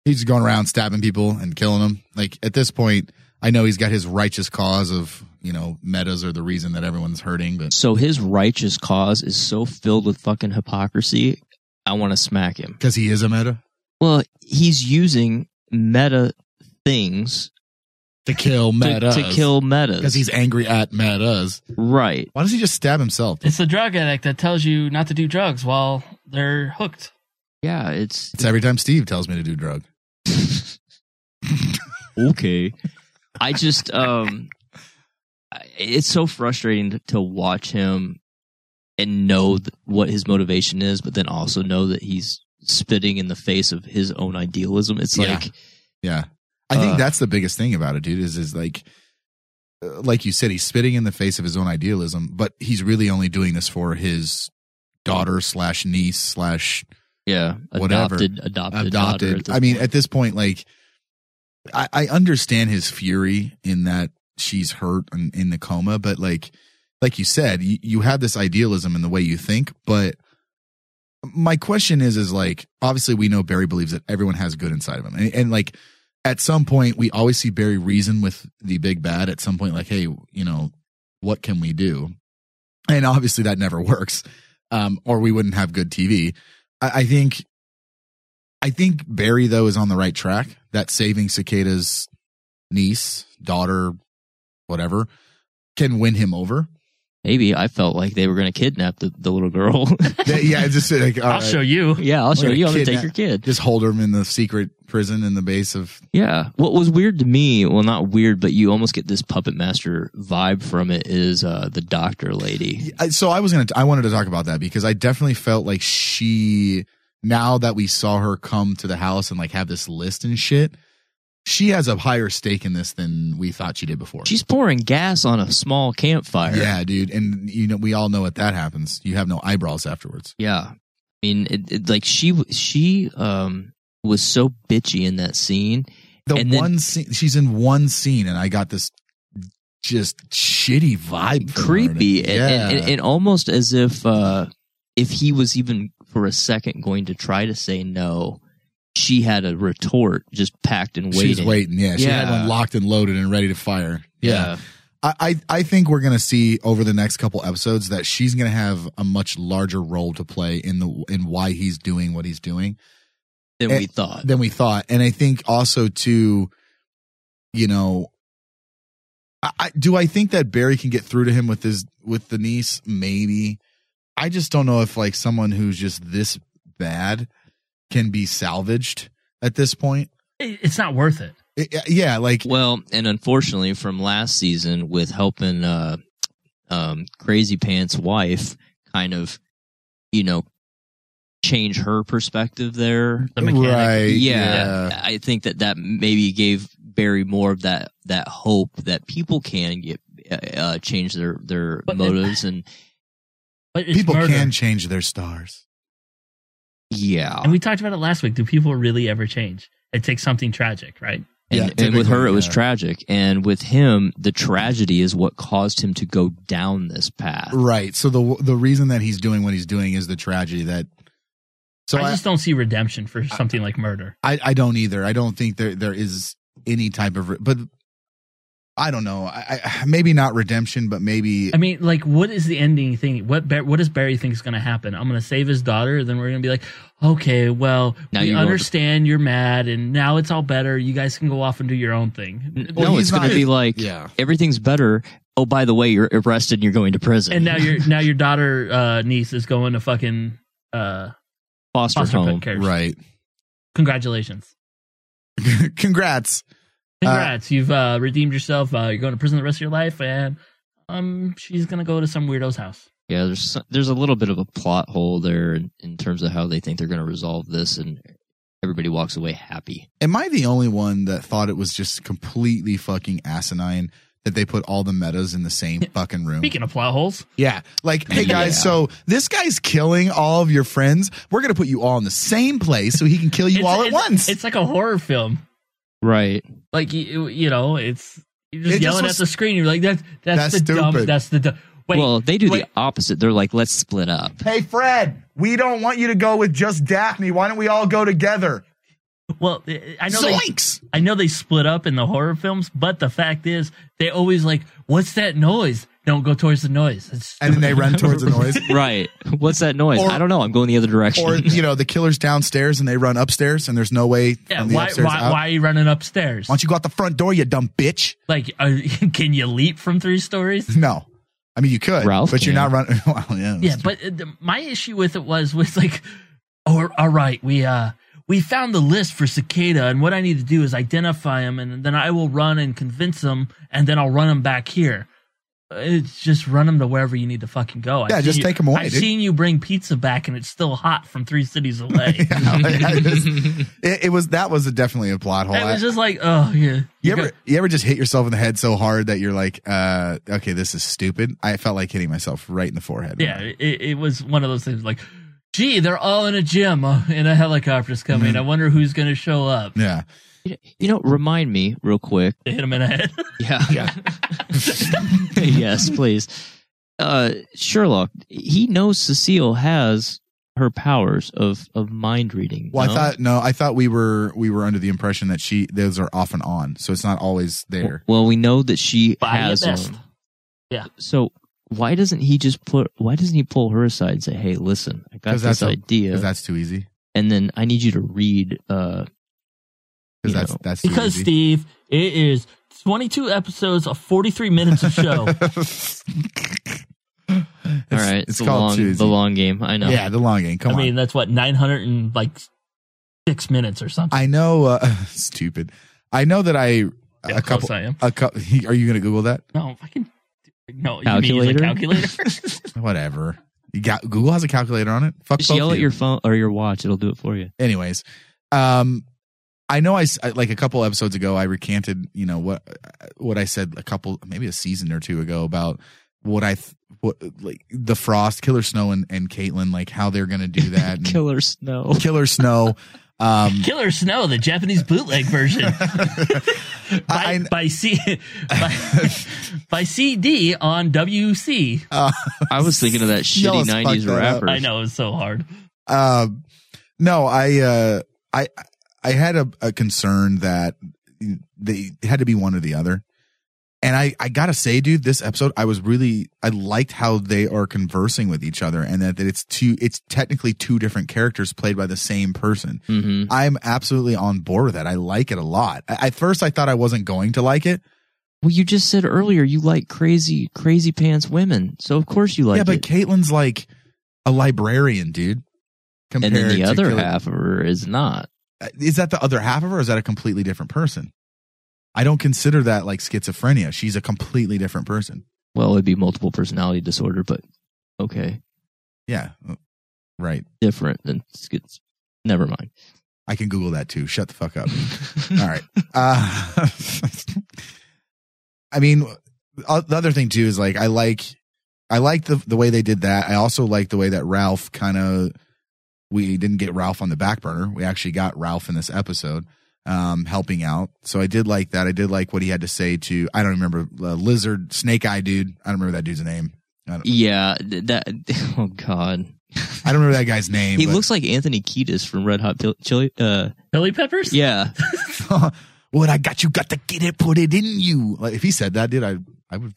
S8: he's going around stabbing people and killing them. Like at this point, I know he's got his righteous cause of you know metas are the reason that everyone's hurting, but
S10: So his righteous cause is so filled with fucking hypocrisy. I want to smack him.
S8: because he is a meta.
S10: Well, he's using meta things
S8: to kill Metas.
S10: to kill Metas.
S8: Because he's angry at Metas.
S10: Right.
S8: Why does he just stab himself?
S9: It's the drug addict that tells you not to do drugs while they're hooked.
S10: Yeah, it's
S8: It's every time Steve tells me to do drug.
S10: okay. I just um I- it's so frustrating to- to watch him and know th- what his motivation is, but then also know that he's spitting in the face of his own idealism. It's
S8: Yeah.
S10: like
S8: Yeah. I think
S10: Uh,
S8: that's the biggest thing about it, dude, is is like uh, like you said, he's spitting in the face of his own idealism, but he's really only doing this for his daughter slash niece slash
S10: yeah,
S8: whatever
S10: adopted adopted daughter
S8: adopted.
S10: at this
S8: I mean,
S10: point.
S8: at this point, like I, I understand his fury in that she's hurt and in the coma, but like like you said, you, you have this idealism in the way you think, but my question is is like obviously we know Barry believes that everyone has good inside of him. And, and like at some point we always see Barry reason with the big bad at some point like hey, you know, what can we do? And obviously that never works. Um or we wouldn't have good TV. I, I think I think Barry though is on the right track. That saving Cicada's niece, daughter, whatever, can win him over.
S10: Maybe I felt like they were going to kidnap the, the little girl.
S8: That- yeah, it's just like all right.
S10: you. Yeah, I'll
S8: We're
S10: show
S8: gonna
S10: you. I'm going to
S8: kidnap-
S10: take your kid.
S8: Just hold him in the secret prison in the base of
S10: Yeah. What was weird to me, well, not weird, but you almost get this puppet master vibe from it is uh, the doctor lady.
S8: I- so I was gonna I wanted to talk about that because I definitely felt like she now that we saw her come to the house and like have this list and shit, she has a higher stake in this than we thought she did before.
S10: She's pouring gas on a small campfire.
S8: yeah, dude, and you know we all know what that happens. You have no eyebrows afterwards.
S10: Yeah. I mean, it, it- like she w- she um was so bitchy in that scene.
S8: The
S10: and then
S8: one scene she's in one scene, and I got this just shitty vibe, from her.
S10: creepy and,
S8: yeah,
S10: and, and, and almost as if uh if he was even for a second going to try to say no, she had a retort just packed and waiting.
S8: she's waiting. Yeah, she had one locked and loaded and ready to fire.
S10: Yeah.
S8: I, I I think we're gonna see over the next couple episodes that she's gonna have a much larger role to play in the in why he's doing what he's doing
S10: than
S8: And-
S10: we thought.
S8: Than we thought, and I think also too, you know, I, I do I think that Barry can get through to him with his with the niece. Maybe I just don't know if like someone who's just this bad can be salvaged at this point.
S9: It- It's not worth it.
S8: yeah, like
S10: well, and unfortunately from last season with helping uh um Crazy Pants wife kind of you know change her perspective there.
S8: The mechanic. Right,
S10: Yeah,
S8: yeah.
S10: I think that that maybe gave Barry more of that that hope that people can get uh, uh, change their their motives and
S8: People can change their stars.
S10: yeah.
S9: And we talked about it last week. Do people really ever change? It takes something tragic, right?
S10: And, and with her, it was tragic. And with him, the tragedy is what caused him to go down this path.
S8: Right. So the the reason that he's doing what he's doing is the tragedy that. So
S9: I
S8: I
S9: just don't see redemption for something like murder.
S8: I, I don't either. I don't think there there is any type of re- but I don't know. I, I maybe not redemption, but maybe
S9: I mean, like, what is the ending thing? What Bar- what does Barry think is going to happen? I'm going to save his daughter. Then we're going to be like, okay, well,
S10: Now
S9: we
S10: you go to-
S9: understand you're mad, and now it's all better. You guys can go off and do your own thing.
S10: no, it's going to be like everything's better. Oh, by the way, you're arrested and you're going to prison.
S9: And now your now your daughter uh, niece is going to fucking uh,
S10: foster,
S9: foster
S10: home.
S9: care.
S8: right.
S9: Congratulations,
S8: Congrats.
S9: congrats! You've uh, redeemed yourself. Uh, you're going to prison the rest of your life, and um, she's going to go to some weirdo's house.
S10: Yeah, there's so- there's a little bit of a plot hole there in, in terms of how they think they're going to resolve this, and everybody walks away happy.
S8: Am I the only one that thought it was just completely fucking asinine that they put all the metas in the same fucking room?
S9: Speaking of plot holes,
S8: Yeah. Like, hey guys,
S9: Yeah.
S8: so this guy's killing all of your friends. We're going to put you all in the same place so he can kill you all at once.
S9: it's like a horror film.
S10: Right.
S9: Like you, you know, it's you're just
S10: It just
S9: yelling
S10: was-
S9: at the screen. You're like, that's that's,
S10: That's
S9: the dumb.
S10: stupid.
S9: That's the dumb. Wait,
S10: well, they do the opposite. They're like, let's split up.
S8: Hey, Fred, we don't want you to go with just Daphne. Why don't we all go together?
S9: Well, I know they, I know they split up in the horror films, but the fact is, they always like, "What's that noise?" Don't go towards the noise. It's
S8: And then they run towards the noise.
S10: right. What's that noise?
S8: Or-
S10: I don't know. I'm going the other direction.
S8: Or you know, the killer's downstairs and they run upstairs, and there's no way.
S9: Yeah,
S8: from the
S9: why,
S8: upstairs
S9: why,
S8: out.
S9: why are you running upstairs?
S8: Why don't you go out the front door, you dumb bitch?
S9: Like, are, can you leap from three stories?
S8: No, I mean you could,
S10: Ralph
S8: but you're
S10: can.
S8: not running. Well, yeah,
S9: Yeah, but uh, the, my issue with it was was like, oh, all right, we uh we found the list for cicada, and what I need to do is identify them, and then I will run and convince them, and then I'll run them back here. Uh, It's just run them to wherever you need to fucking go. I've
S8: Yeah,
S9: seen
S8: just
S9: you-
S8: take 'em away,
S9: I've
S8: dude.
S9: seen you bring pizza back, and it's still hot from three cities away.
S8: I just- it, it was that was a, definitely a plot hole.
S9: It was
S8: I-
S9: just like, oh yeah.
S8: you ever you ever just hit yourself in the head so hard that you're like, uh, okay, this is stupid. I felt like hitting myself right in the forehead.
S9: Yeah, it, it was one of those things like, gee, they're all in a gym uh, and a helicopter's coming.
S8: Mm-hmm.
S9: I wonder who's going to show up.
S8: Yeah.
S10: You know, remind me real quick.
S9: They hit him in the head.
S10: Yeah. Yeah. yes, please. Uh, Sherlock, he knows Cecile has her powers of, of mind reading.
S8: Well,
S10: no?
S8: I thought no, I thought we were we were under the impression that she those are off and on, so it's not always there.
S10: Well, we know that she has
S8: best.
S10: them.
S9: Yeah.
S10: So why doesn't he just put? Why doesn't he pull her aside and say, "Hey, listen, I got
S8: 'Cause
S10: this
S8: that's a-
S10: idea."
S8: 'cause that's too easy.
S10: And then I need you to read. uh, Because
S8: that's that's
S9: Because, Steve, it is 22 episodes of 43 minutes of show.
S10: Oh. all right,
S8: it's
S10: the
S8: called
S10: long,
S8: too easy.
S10: the long game. I know.
S8: Yeah, the long game. Come
S9: I
S8: on.
S9: mean, that's what, 900 and like six minutes or something.
S8: I know. Uh, stupid. I know that I a couple.
S9: I am.
S8: A couple. Are you going to Google that?
S9: No, fucking. No, you mean use a calculator?
S8: Whatever. You got Google has a calculator on it. Fuck
S10: Just
S8: both
S10: yell
S8: of
S10: at
S8: you.
S10: your phone or your watch; it'll do it for you.
S8: Anyways, um, I know I s- I- like a couple episodes ago I recanted you know what what I said a couple maybe a season or two ago about what I th- what like the Frost Killer Snow and and Caitlin like how they're going to do that and
S10: Killer Snow
S8: Killer Snow. Um,
S9: Killer Snow, the Japanese bootleg version. by, by, C, by, by CD on WC.
S10: I was thinking of that
S8: Y'all
S10: shitty
S8: fucked
S10: '90s
S8: that up.
S10: rapper.
S9: I know, it was so hard.
S8: Um, no, I, uh, I, I had a, a concern that they it had to be one or the other. And I, I gotta say, dude, this episode, I was really, I liked how they are conversing with each other and that, that it's two, it's technically two different characters played by the same person.
S10: Mm-hmm.
S8: I'm absolutely on board with that. I like it a lot. I, at first, I thought I wasn't going to like it.
S10: Well, you just said earlier you like crazy, crazy pants women, so of course you like
S8: yeah, but
S10: it.
S8: Caitlin's like a librarian, dude.
S10: And then the
S8: to
S10: other
S8: Killer-
S10: half of her is not.
S8: is that the other half of her or is that a completely different person i don't consider that like schizophrenia she's a completely different person
S10: Well, it'd be multiple personality disorder, but okay,
S8: yeah right
S10: different than schiz. Never mind.
S8: i can google that too shut the fuck up all right uh, i mean uh, the other thing too is like i like i like the, the way they did that i also like the way that ralph kind of we didn't get ralph on the back burner we actually got ralph in this episode um, helping out so i did like that i did like what he had to say to i don't remember uh, lizard snake eye dude i don't remember that dude's name i don't,
S10: Yeah, th- that. Oh God,
S8: I don't remember that guy's name
S10: he
S8: but-
S10: looks like Anthony Kiedis from Red Hot Pil- Chili. Uh,
S9: Chili Peppers?
S10: yeah,
S8: what i got you got to get it put it in you like if he said that dude i i would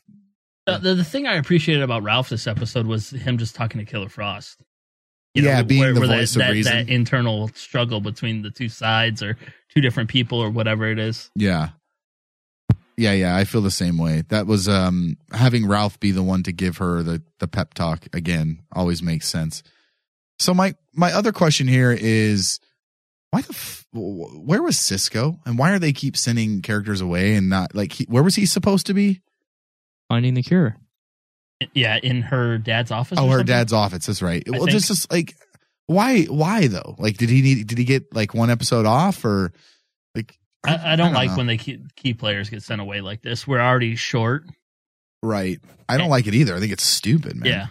S9: The, the, the thing I appreciated about Ralph this episode was him just talking to Killer Frost.
S8: Yeah, being the
S9: that-
S8: voice of
S9: that,
S8: reason.
S9: That internal struggle between the two sides or two different people or whatever it is.
S8: Yeah. Yeah, yeah, I feel the same way. That was um having Ralph be the one to give her the the pep talk again always makes sense. So my my other question here is why the f- where was Cisco and why are they keep sending characters away and not like he, where was he supposed to be?
S10: finding the cure.
S9: Yeah, in her dad's office.
S8: Oh,
S9: or
S8: her
S9: something?
S8: dad's office. That's right.
S9: I
S8: well,
S9: think.
S8: just, just like why why though? Like did he need did he get like one episode off or like
S9: I, I, don't like
S8: know.
S9: when they key, key players get sent away like this. We're already short.
S8: right? I don't like it either. I think it's stupid, man. Hmm.
S9: Yeah.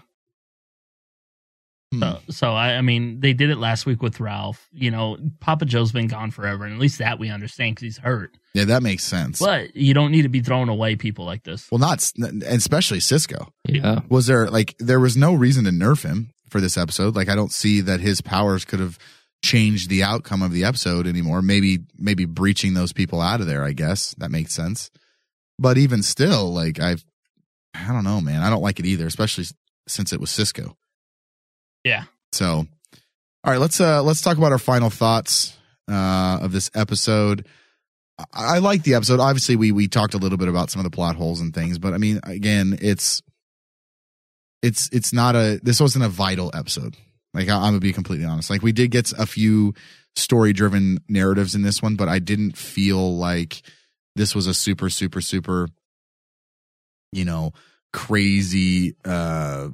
S9: So, so I, I mean, they did it last week with Ralph. You know, Papa Joe's been gone forever, and at least that we understand because he's hurt.
S8: Yeah, that makes sense.
S9: But you don't need to be throwing away people like this.
S8: Well, not s- n- especially Cisco.
S10: Yeah.
S8: Was there like there was no reason to nerf him for this episode? Like I don't see that his powers could have change the outcome of the episode anymore. Maybe maybe breaching those people out of there, I guess. That makes sense. But even still, like I've I don't know, man. I don't like it either, especially s- since it was Cisco.
S9: Yeah.
S8: So all right, let's uh let's talk about our final thoughts uh of this episode. I, I like the episode. Obviously, we we talked a little bit about some of the plot holes and things, but I mean, again, it's it's it's not a this wasn't a vital episode. Like I, I'm gonna be completely honest. Like we did get a few story driven narratives in this one, but I didn't feel like this was a super super super you know crazy uh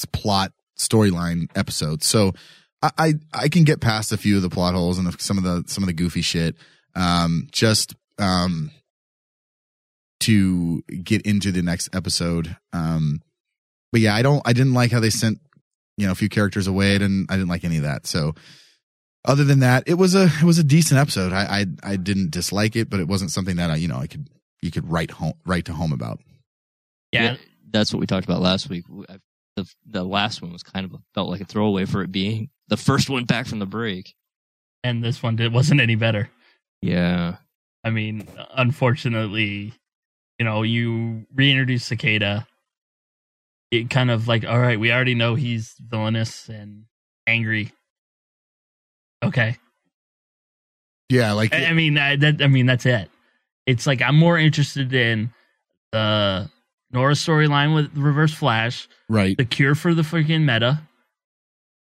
S8: s- plot storyline episode. So I, I I can get past a few of the plot holes and the, some of the some of the goofy shit. Um, just um to get into the next episode. Um, but yeah, I don't I didn't like how they sent you know a few characters away. I didn't I didn't like any of that. So other than that, it was a it was a decent episode. I I, I didn't dislike it, but it wasn't something that I you know I could you could write home write to home about.
S10: Yeah. that's what we talked about last week. I- The the last one was kind of felt like a throwaway for it being the first one back from the break.
S9: And this one did, wasn't any better.
S10: Yeah.
S9: I mean, unfortunately, you know, you reintroduce Cicada. It kind of like, all right, we already know he's villainous and angry. Okay,
S8: Yeah, like
S9: I, I mean, I, that, I mean, that's it. It's like I'm more interested in the Nora storyline with Reverse Flash,
S8: right?
S9: The cure for the freaking meta,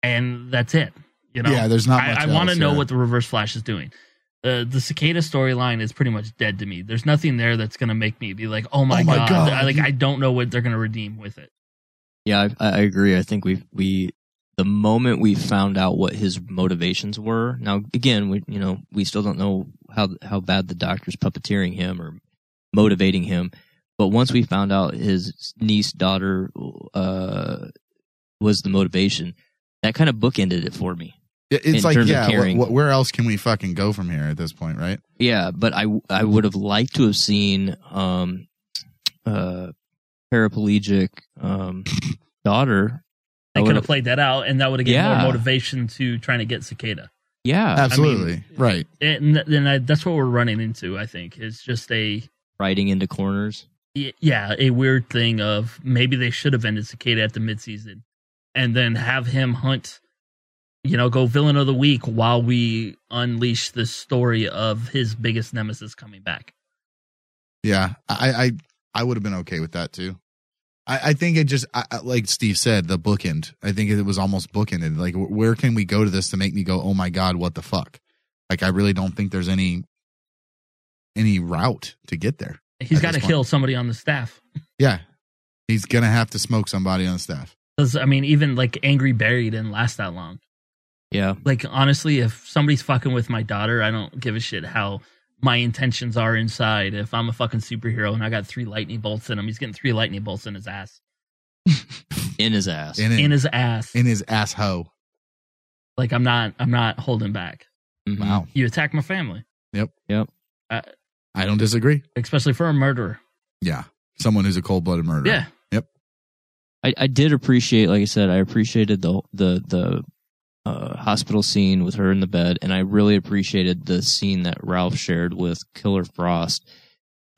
S9: and that's it. You know,
S8: Yeah, there's not
S9: I,
S8: much
S9: I want to
S8: else,
S9: know
S8: yeah.
S9: what the Reverse Flash is doing. Uh, The the Cicada storyline is pretty much dead to me. There's nothing there that's gonna make me be like, oh my,
S8: Oh my
S9: god,
S8: God.
S9: I, like I don't know what they're gonna redeem with it.
S10: Yeah, I, I agree. I think we we the moment we found out what his motivations were. Now, again, we you know we still don't know how how bad the doctor's puppeteering him or motivating him. But once we found out his niece daughter uh, was the motivation, that kind of bookended it for me.
S8: It-
S10: in
S8: It's like
S10: terms of
S8: yeah,
S10: caring.
S8: wh- wh- where else can we fucking go from here at this point, right?
S10: Yeah, but I I would have liked to have seen um uh paraplegic um daughter. I
S9: They
S10: would
S9: could have
S10: have-
S9: played that out, and that would have given
S10: Yeah.
S9: more motivation to trying to get Cicada.
S10: Yeah,
S8: Uh,
S9: I mean,
S8: right.
S9: and th- then I, that's what we're running into. I think it's just a
S10: Riding into corners.
S9: y- yeah a weird thing of maybe they should have ended Cicada at the midseason, and then have him hunt, you know, go villain of the week while we unleash the story of his biggest nemesis coming back.
S8: Yeah, I I, I would have been okay with that too. I, I think it just I, I- like Steve said, the bookend. I think it was almost bookended. Like, wh- where can we go to this to make me go, oh my god, what the fuck? Like, I really don't think there's any any route to get there.
S9: He's
S8: at
S9: got to
S8: this point.
S9: kill somebody on the staff.
S8: Yeah, he's gonna have to smoke somebody on the staff.
S9: Because I mean, even like Angry Barry didn't last that long.
S10: Yeah,
S9: Like honestly, if somebody's fucking with my daughter, I don't give a shit how my intentions are inside. If I'm a fucking superhero and I got three lightning bolts in him, he's getting three lightning bolts in his ass.
S10: in his ass.
S8: In,
S9: In his ass.
S8: In his ass hoe.
S9: Like I'm not, I'm not holding back.
S10: Mm-hmm.
S8: Wow.
S9: You attack my family,
S8: Yep.
S10: Yep.
S9: uh,
S8: I don't disagree.
S9: especially for a murderer.
S8: Yeah, someone who's a cold blooded murderer.
S9: Yeah.
S8: Yep.
S10: I, I did appreciate, like I said, I appreciated the the the uh, hospital scene with her in the bed, and I really appreciated the scene that Ralph shared with Killer Frost,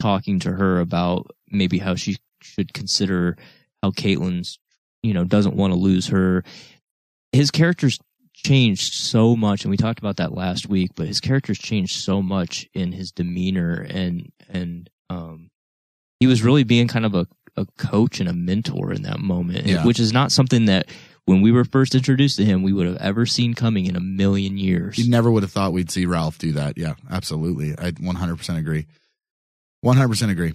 S10: talking to her about maybe how she should consider how Caitlyn's, you know, doesn't want to lose her. His character's changed so much, and we talked about that last week. But his character's changed so much in his demeanor and and um he was really being kind of a, a coach and a mentor in that moment,
S19: Yeah.
S10: which is not something that when we were first introduced to him, we would have ever seen coming in a million years.
S8: You never would have thought we'd see Ralph do that. Yeah, absolutely. I 100% agree. 100% agree.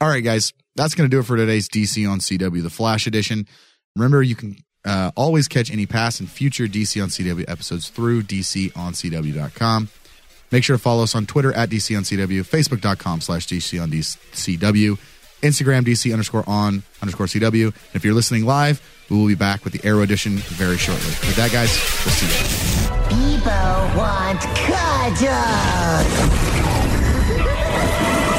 S8: All right, guys, that's going to do it for today's DC on CW, the Flash edition. Remember, you can uh, always catch any past and future DC on CW episodes through DCOnCW.com. Make sure to follow us on Twitter at DC on CW, Facebook.com slash DC on CW, Instagram DC underscore on underscore CW. And if you're listening live, we will be back with the Arrow edition very shortly. With that, guys, we'll see you.
S2: Bebo want cuddles.